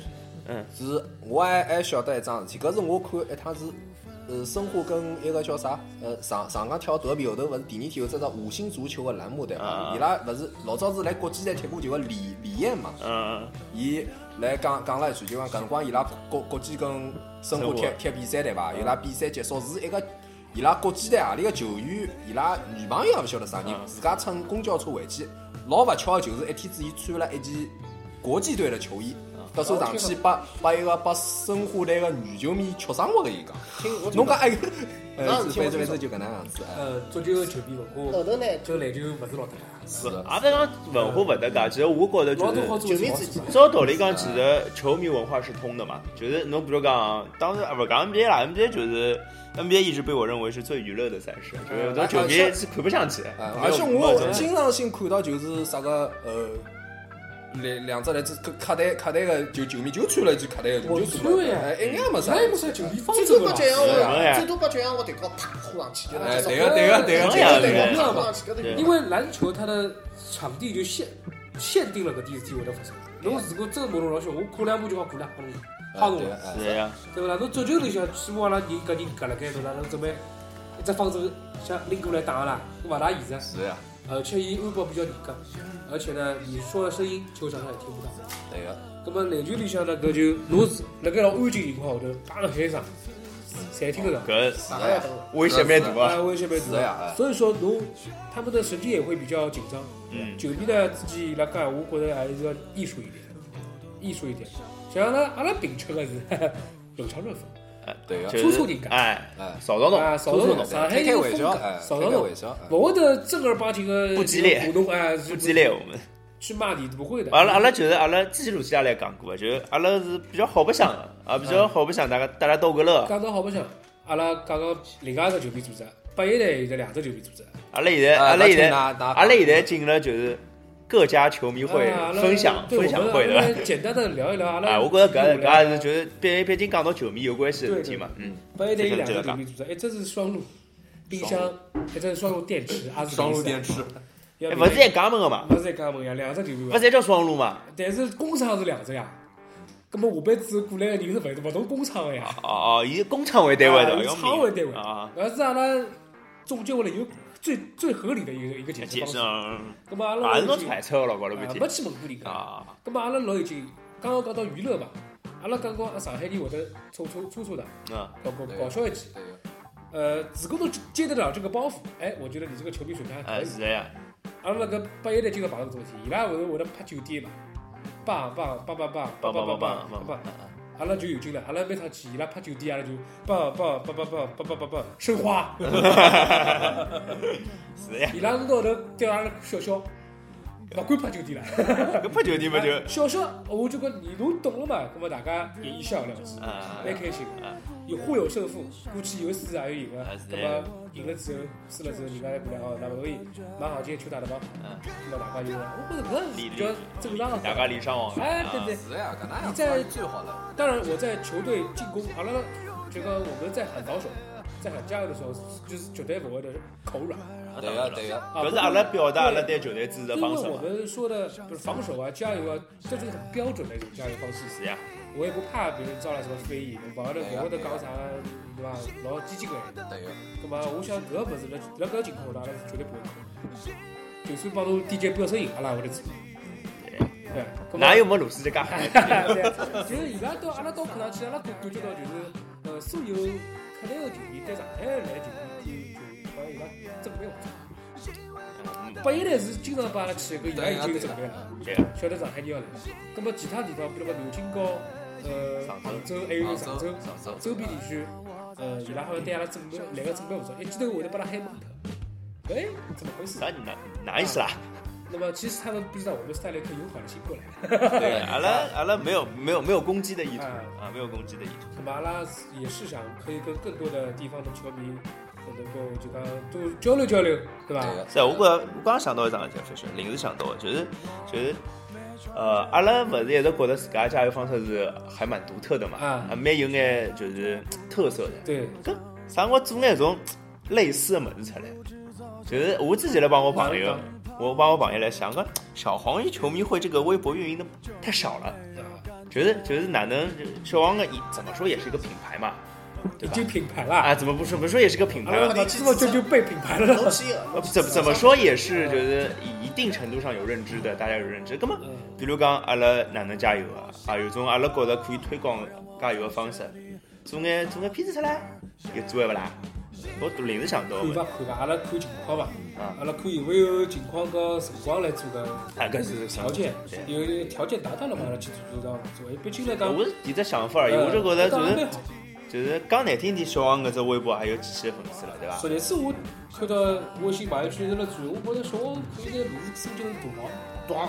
[SPEAKER 4] 是我还还晓得一桩事体，搿是我看一趟是，呃，申花跟一个叫啥，呃，上上港跳德比后头勿是第二天有只只五星足球个栏目对伐
[SPEAKER 2] 啊？
[SPEAKER 4] 伊拉勿是老早子来国际赛踢过球个李李艳嘛，
[SPEAKER 2] 嗯，
[SPEAKER 4] 伊来讲讲了一句，就讲搿辰光伊拉国国际跟申花踢
[SPEAKER 2] 申花
[SPEAKER 4] 踢比赛对伐？伊拉比赛结束是一个。伊拉国际队何里个球员，伊拉女朋友也勿晓得啥
[SPEAKER 5] 啊
[SPEAKER 4] 人，自家乘公交车回去，老勿巧的就是一天子伊穿了一件国际队的球衣，
[SPEAKER 5] 啊
[SPEAKER 4] 到时候上去把把一个把申花队个女球迷吃伤活个伊讲，
[SPEAKER 5] 听我
[SPEAKER 4] 侬讲哎，
[SPEAKER 5] 那
[SPEAKER 4] 呃，
[SPEAKER 5] 你
[SPEAKER 4] 是
[SPEAKER 5] 听我
[SPEAKER 4] 反正
[SPEAKER 5] 说
[SPEAKER 4] 反正就搿能样子，哎
[SPEAKER 3] 呃，足球球迷文
[SPEAKER 5] 后
[SPEAKER 3] 化
[SPEAKER 5] 头呢，
[SPEAKER 3] 跟篮球勿是老搭界，
[SPEAKER 4] 是的，
[SPEAKER 2] 阿不讲文化勿搭界，其实我觉得
[SPEAKER 3] 老
[SPEAKER 2] 就
[SPEAKER 3] 多好
[SPEAKER 2] 是，
[SPEAKER 3] 做
[SPEAKER 5] 球迷之间
[SPEAKER 2] 照道理讲，其实球迷文化是通的嘛。就是侬比如讲，当然勿讲 NBA 啦，NBA 就是 NBA 一直被我认为是最娱乐的赛事，就是很多球迷是看不上去。
[SPEAKER 4] 哎而且我经常性看到就是啥个呃。两两只来自客队客队个球球迷就穿了一件客队个球，
[SPEAKER 3] 我
[SPEAKER 4] 就
[SPEAKER 3] 穿了呀
[SPEAKER 4] 哎，一眼没
[SPEAKER 3] 伊
[SPEAKER 4] 啥
[SPEAKER 3] 拉。也没啥球迷方
[SPEAKER 5] 最
[SPEAKER 3] 式
[SPEAKER 5] 多
[SPEAKER 3] 嘛
[SPEAKER 5] 把。脚
[SPEAKER 2] 是的
[SPEAKER 5] 洋
[SPEAKER 2] 哎
[SPEAKER 5] 我，最多把脚洋我顶高啪呼上去，就那
[SPEAKER 4] 哎，
[SPEAKER 5] 种
[SPEAKER 4] 对个对个对个
[SPEAKER 2] 这
[SPEAKER 4] 对
[SPEAKER 2] 样子
[SPEAKER 4] 个对个
[SPEAKER 5] 对，个，呼上去，搿头
[SPEAKER 3] 因为篮球它的场地就限限定了搿点事体会得发生。侬如果真的某种老小，我跨两步就好跨两步，怕侬了，
[SPEAKER 4] 哎
[SPEAKER 2] 对呀，
[SPEAKER 3] 对勿啦？侬足球里向起码阿拉人搿人搿辣盖侬哪能准备一只方阵想拎过来打个啦，搿勿大啊现呃实。
[SPEAKER 4] 是呀，
[SPEAKER 3] 而且伊安保比较严格，而且呢，你说的声音球场上也听不到。
[SPEAKER 4] 对个。
[SPEAKER 3] 葛么篮球里向呢，搿就侬是辣盖老安静情况下头，打了谁上，侪听得到。
[SPEAKER 2] 搿
[SPEAKER 5] 上海头。
[SPEAKER 2] 危险蛮大
[SPEAKER 3] 哎，
[SPEAKER 2] 啊。
[SPEAKER 3] 危险蛮
[SPEAKER 4] 是呀哎
[SPEAKER 3] 所以说侬他们的神经也会比较紧张。
[SPEAKER 2] 嗯
[SPEAKER 3] 球迷呢自己来讲，我觉得还是要艺术一点，艺术一点。像阿拉阿拉秉承的是 论场论法，
[SPEAKER 4] 对个，
[SPEAKER 2] 就是
[SPEAKER 3] 粗粗点干
[SPEAKER 2] 哎，
[SPEAKER 4] 哎，
[SPEAKER 2] 少少弄，
[SPEAKER 3] 啊，少
[SPEAKER 4] 就是
[SPEAKER 3] 少
[SPEAKER 4] 那
[SPEAKER 3] 弄，
[SPEAKER 4] 种
[SPEAKER 3] 上海
[SPEAKER 4] 开
[SPEAKER 3] 人
[SPEAKER 4] 开
[SPEAKER 3] 的
[SPEAKER 4] 玩
[SPEAKER 3] 风
[SPEAKER 4] 笑
[SPEAKER 3] 格
[SPEAKER 4] 哎，
[SPEAKER 3] 少
[SPEAKER 4] 开
[SPEAKER 3] 少
[SPEAKER 4] 开
[SPEAKER 3] 弄
[SPEAKER 4] 玩笑哎，
[SPEAKER 3] 勿会得正儿八经的
[SPEAKER 2] 不激烈
[SPEAKER 3] 股东哎，
[SPEAKER 2] 不激烈，我们。
[SPEAKER 3] 去骂你不会的。
[SPEAKER 2] 阿拉阿拉就是阿拉之前录期阿拉也讲过，就是阿拉是比较好白相的，啊，比较好白相，大家大家逗个乐。
[SPEAKER 3] 讲到好白相，阿拉讲讲另外一个球迷组织，八一队现在两只球迷组织，
[SPEAKER 2] 阿拉现在，
[SPEAKER 4] 啊
[SPEAKER 2] 阿拉现在，
[SPEAKER 4] 那听哪哪
[SPEAKER 2] 阿拉现在进了就是各家球迷会
[SPEAKER 3] 啊阿拉
[SPEAKER 2] 分享
[SPEAKER 3] 对
[SPEAKER 2] 分享
[SPEAKER 3] 我们
[SPEAKER 2] 会
[SPEAKER 3] 阿拉
[SPEAKER 2] 的。
[SPEAKER 3] 简单的聊一聊 阿拉。
[SPEAKER 2] 啊，我觉得搿搿还是就是毕毕竟讲到球迷有关系的事体嘛，嗯，
[SPEAKER 3] 八一队有两个球迷组织，一只是双路冰箱，一只是双路电池，阿是
[SPEAKER 4] 双路电池，
[SPEAKER 3] 要
[SPEAKER 2] 哎
[SPEAKER 3] 比
[SPEAKER 2] 勿是一家门个嘛，
[SPEAKER 3] 勿是一家门呀，两只球迷
[SPEAKER 2] 勿
[SPEAKER 3] 门，
[SPEAKER 2] 是叫双路嘛，
[SPEAKER 3] 但是工厂是两只呀。葛么下辈子过来个人是勿勿同工厂个呀，
[SPEAKER 2] 哦哦，以工厂为单位
[SPEAKER 3] 啊
[SPEAKER 2] 的，
[SPEAKER 3] 以
[SPEAKER 2] 要
[SPEAKER 3] 厂为单位
[SPEAKER 2] 啊，
[SPEAKER 3] 搿是阿拉总结下来有最最合理的一个一个解释
[SPEAKER 2] 解
[SPEAKER 3] 方
[SPEAKER 2] 释
[SPEAKER 3] 式。
[SPEAKER 2] 啊，
[SPEAKER 3] 葛么阿拉
[SPEAKER 2] 还是
[SPEAKER 3] 老
[SPEAKER 2] 侬
[SPEAKER 3] 已经
[SPEAKER 2] 揣测了高头
[SPEAKER 3] 啊
[SPEAKER 2] 问
[SPEAKER 3] 没
[SPEAKER 2] 题
[SPEAKER 3] 去问过人家。
[SPEAKER 2] 啊，
[SPEAKER 3] 葛么阿拉老已经刚刚讲到娱乐嘛，阿拉讲讲上海人会得搓搓搓搓的，
[SPEAKER 2] 嗯，
[SPEAKER 3] 搞搞搞笑一记。
[SPEAKER 4] 对
[SPEAKER 2] 啊
[SPEAKER 4] 个，
[SPEAKER 3] 呃，如果能接得了这个包袱，哎，我觉得你这个球迷水平还可
[SPEAKER 2] 哎
[SPEAKER 3] 以。
[SPEAKER 2] 是的呀，
[SPEAKER 3] 阿拉那个八一队今朝碰到搿种事体，伊拉会会得拍酒店嘛，啊棒棒棒棒
[SPEAKER 2] 棒
[SPEAKER 3] 棒
[SPEAKER 2] 棒
[SPEAKER 3] 棒
[SPEAKER 2] 棒棒
[SPEAKER 3] 棒
[SPEAKER 2] 棒
[SPEAKER 3] 棒，阿拉就有劲了，阿拉每趟去伊拉拍酒店，阿拉就棒棒棒棒棒棒棒棒棒，申花，
[SPEAKER 2] 是的呀，啊
[SPEAKER 3] 伊拉是到头对阿拉笑笑，勿管拍九点了。
[SPEAKER 2] 搿拍球你们 就
[SPEAKER 3] 哎小小，我就讲你侬懂了嘛，那么大家也一笑了哎之，
[SPEAKER 2] 啊
[SPEAKER 3] 蛮开心的。
[SPEAKER 2] 啊
[SPEAKER 3] 有互有胜负，估计有输也有赢的
[SPEAKER 2] 啊是，的
[SPEAKER 3] 那么赢了之后，输了之后，人家来过来哦，那么所以马上就球打得棒，
[SPEAKER 2] 啊，
[SPEAKER 3] 那么大家就，我觉得搿是比较正常的。
[SPEAKER 2] 大家礼尚往来
[SPEAKER 3] 哎，
[SPEAKER 2] 啊
[SPEAKER 3] 对对，
[SPEAKER 4] 是呀，搿能样
[SPEAKER 3] 你在
[SPEAKER 4] 子最好了。
[SPEAKER 3] 当然我在球队进攻，阿拉这个我们在喊倒手，在喊加油的时候，就是绝对不会的口软。
[SPEAKER 4] 对个对个，
[SPEAKER 3] 啊
[SPEAKER 2] 搿是阿拉表达阿拉
[SPEAKER 3] 对
[SPEAKER 2] 对球队支持的
[SPEAKER 3] 因为
[SPEAKER 2] 方式
[SPEAKER 3] 我
[SPEAKER 2] 嘛，
[SPEAKER 3] 们说的不是防守啊、加油啊，这就是很标准的一种加油方式。
[SPEAKER 2] 是呀，
[SPEAKER 3] 我也不怕别人招来什么非议，勿会得勿会得讲啥，对伐？老叽叽个人。
[SPEAKER 4] 对个。
[SPEAKER 3] 那么我想搿物事辣辣搿情况下，阿拉是绝对不会哭。就算帮侬 DJ 飙声赢，阿拉也会得做。对，哎搿么
[SPEAKER 2] 哪有？没鲁斯这家伙？
[SPEAKER 3] 对就是伊拉到阿拉到客场去，阿拉感感觉到就是呃，所有客内个球迷对上海来球迷就就帮伊拉准备好。
[SPEAKER 2] 嗯
[SPEAKER 3] 八一来是经常帮阿拉去，搿伊拉已经有准备了，
[SPEAKER 2] 对啊，
[SPEAKER 3] 晓得上海人要来。搿么其他地方，比如讲南京和呃
[SPEAKER 2] 上
[SPEAKER 3] 杭州，还有上州。
[SPEAKER 4] 上周
[SPEAKER 3] 周边地区，呃，伊拉好像对阿拉准备来个准备不错，一记头会得把他嗨懵脱。哎，怎么回事
[SPEAKER 2] 啥？人哪哪意思啦？
[SPEAKER 3] 那么其实他们不知道我们斯泰雷克友好的新过 来，
[SPEAKER 4] 对
[SPEAKER 2] 阿拉阿拉没有没有没有攻击的意图
[SPEAKER 3] 啊
[SPEAKER 2] 啊，没有攻击的意图，
[SPEAKER 3] 那么阿拉也是想可以跟更多的地方的球迷呃能够就讲多交流交流，对吧？
[SPEAKER 4] 对个，
[SPEAKER 2] 是啊，我觉我刚刚想到一桩事体，就是临时想到的，就是就是。呃，阿拉勿是一直觉得自家加油方式是还蛮独特的嘛，
[SPEAKER 3] 啊
[SPEAKER 2] 啊，蛮有眼就是特色的。
[SPEAKER 3] 对，
[SPEAKER 2] 搿啥辰光做眼种类似的物事出来？就是我之前来帮我朋友
[SPEAKER 3] 哪里，
[SPEAKER 2] 我帮我朋友来想个小黄鱼球迷会这个微博运营的太少了，
[SPEAKER 3] 啊，
[SPEAKER 2] 就是就是哪能小黄鱼怎么说也是一个品牌嘛，对
[SPEAKER 3] 已
[SPEAKER 2] 吧？
[SPEAKER 3] 经品牌了，
[SPEAKER 2] 啊，怎么不是不说也是个品
[SPEAKER 3] 阿
[SPEAKER 2] 牌
[SPEAKER 3] 拉
[SPEAKER 2] 嘛？
[SPEAKER 3] 那这么这就被品牌
[SPEAKER 5] 老
[SPEAKER 3] 了。
[SPEAKER 5] 气个，
[SPEAKER 2] 呃怎怎么说也是就是一定程度上有认知的，大家有认知。那么
[SPEAKER 3] 嗯，
[SPEAKER 2] 比如讲阿拉哪能加油啊？啊，有种阿拉觉着可以推广加油的方式，做眼做眼片子出来，有做不啦？我临时想到的
[SPEAKER 3] 看吧看吧，阿拉看情况吧，
[SPEAKER 2] 啊
[SPEAKER 3] 阿拉看有没有情况和辰光来做个
[SPEAKER 2] 啊，搿是
[SPEAKER 3] 条件
[SPEAKER 2] 对，
[SPEAKER 3] 有条件达到了嘛，阿拉去做做到做。哎毕竟来讲，
[SPEAKER 2] 我是提只想法而已，我就觉得就
[SPEAKER 3] 呃
[SPEAKER 2] 是就是讲难听点，小王搿只微博还有几千粉丝了，对伐
[SPEAKER 3] 昨？天次我看到微信朋友圈在那转，我觉得小王可以拿名字升级成大王，大王，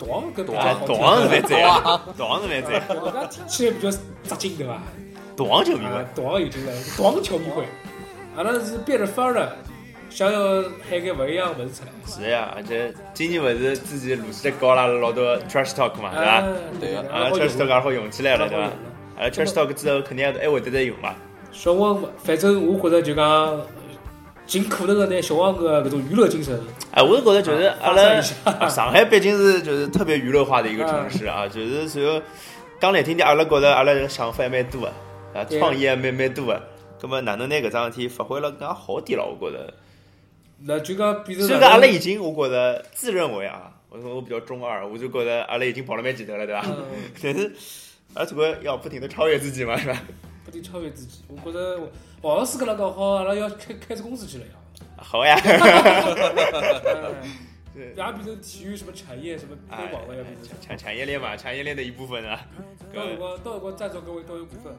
[SPEAKER 3] 大王搿比 较
[SPEAKER 2] 大
[SPEAKER 3] 好听
[SPEAKER 2] 大王是蛮赞啊，大王是蛮赞，
[SPEAKER 3] 大王听起来比较扎劲对伐？
[SPEAKER 2] 大王球迷
[SPEAKER 3] 啊
[SPEAKER 2] 嘛，，
[SPEAKER 3] 大王有劲了，大王球迷会，阿拉是变着法儿的，想要喊个勿一样的物事出来。
[SPEAKER 2] 是呀，而且今年勿是之前鲁斯特教了阿拉老多 trash talk 嘛，对
[SPEAKER 3] 呃
[SPEAKER 2] 伐？
[SPEAKER 4] 对啊
[SPEAKER 2] 阿拉 trash talk 也好用起来了，对伐？阿拉 trash talk 之后肯定还会得再用嘛，
[SPEAKER 3] 小王，反正我觉着就讲，尽可能的拿小王个搿种娱乐精神，
[SPEAKER 2] 哎，我是觉得就是
[SPEAKER 3] 啊
[SPEAKER 2] 阿
[SPEAKER 3] 发散一
[SPEAKER 2] 拉
[SPEAKER 3] 下
[SPEAKER 2] 啊上海毕竟是就是特别娱乐化的一个城市啊，就是所有讲难听点，阿拉觉得阿拉人想法还蛮多的，啊，
[SPEAKER 3] 对
[SPEAKER 2] 创意还蛮蛮多的。那么哪能拿搿桩事体发挥了更加好点了？我觉得，
[SPEAKER 3] 那就讲变成
[SPEAKER 2] 虽然阿拉已经我觉得自认为啊，我说我比较中二，我就觉得阿拉已经跑了蛮前头了，对吧？
[SPEAKER 3] 嗯
[SPEAKER 2] 但是阿拉总归要不停的超越自己嘛，是吧？
[SPEAKER 3] 不停超越自己。我觉着王老师跟他讲好，阿拉要开开始公司去了呀。
[SPEAKER 2] 好呀，对
[SPEAKER 3] 也变成体育什么产业什么推广了，要变成。
[SPEAKER 2] 产产业链嘛，产业链的一部分啊。
[SPEAKER 3] 到
[SPEAKER 2] 搿
[SPEAKER 3] 辰光，到辰光赞助各位都有股份，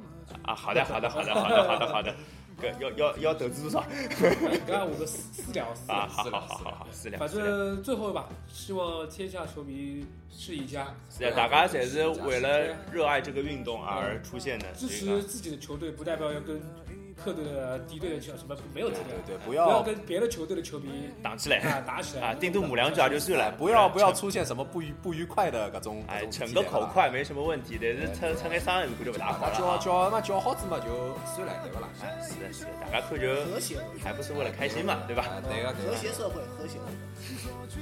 [SPEAKER 2] 啊，好的，好的，好的，好的，好的，好的。 搿要要要投资多少？
[SPEAKER 3] 搿我们私私聊私
[SPEAKER 2] 啊，
[SPEAKER 3] 聊。
[SPEAKER 2] 好好好好好，是的，
[SPEAKER 3] 反
[SPEAKER 2] 是的，
[SPEAKER 3] 正最后吧，希望天下球迷是一家，
[SPEAKER 2] 是的，啊大家侪是为了热爱这个运动而出现的，
[SPEAKER 3] 嗯支
[SPEAKER 2] 所以
[SPEAKER 3] 持
[SPEAKER 2] 呢
[SPEAKER 3] 自己的球队，不代表要跟客队的、敌对的球什么没有敌
[SPEAKER 4] 对
[SPEAKER 3] 对，
[SPEAKER 4] 对，不
[SPEAKER 3] 不要
[SPEAKER 4] 要
[SPEAKER 3] 跟别的球队的球迷
[SPEAKER 2] 打起
[SPEAKER 3] 啊
[SPEAKER 2] 来
[SPEAKER 3] 打起来
[SPEAKER 2] 啊，顶多骂两句也就算了，
[SPEAKER 4] 不要不 要出现什么不愉不愉快的搿种，
[SPEAKER 2] 哎，
[SPEAKER 4] 搿种事
[SPEAKER 2] 逞
[SPEAKER 4] 体
[SPEAKER 2] 个口
[SPEAKER 4] 对吧
[SPEAKER 2] 快没什么问题，但是出出点伤人估计不大好
[SPEAKER 4] 那叫
[SPEAKER 2] 了。
[SPEAKER 4] 叫那叫好子嘛，就算了，对不啦？
[SPEAKER 2] 啊，是的，是的，大家看球
[SPEAKER 5] 和谐
[SPEAKER 2] 还不是为了开心嘛，对吧？
[SPEAKER 4] 啊，对个对
[SPEAKER 5] 和谐
[SPEAKER 4] 个，
[SPEAKER 5] 社会，和谐。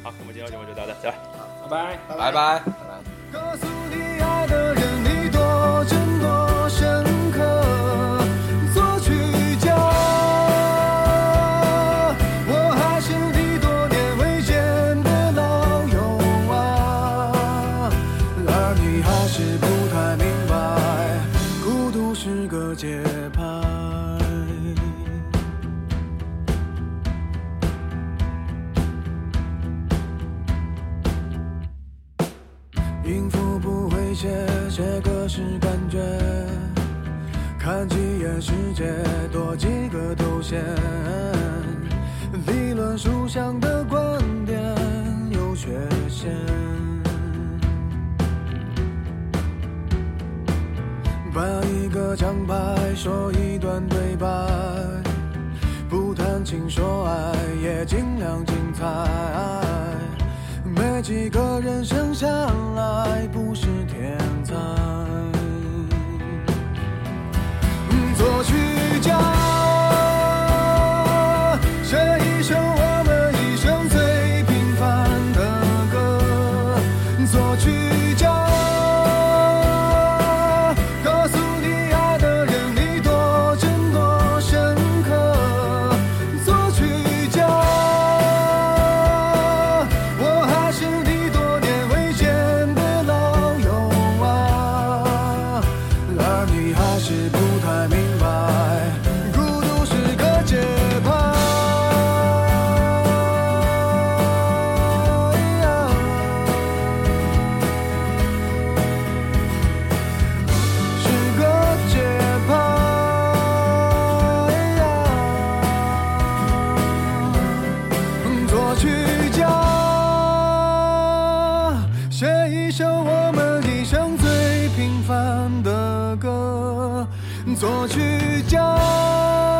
[SPEAKER 2] 好，我们今天节目就到这，对吧？
[SPEAKER 3] 拜拜。
[SPEAKER 4] 哎拜拜拜拜。
[SPEAKER 1] 告诉你，爱的人你多真多深刻，作曲家，我还是你多年未见的老友啊，而你还是不太明白，孤独是个节拍。音符不会写，写歌是感觉。看几眼世界，多几个头衔。理论书上的观点有缺陷。办一个奖牌，说一段对白，不谈情说爱，也尽量精彩。没几个人生下来不是天才。作曲家，写一首我们一生最平凡的歌。作曲家，告诉你爱的人你多真多深刻。作曲家，我还是你多年未见的老友啊。而你还是不太明白，孤独是个节拍。是个节拍。作曲家，写一首我们一生最平凡的歌。作曲家。啊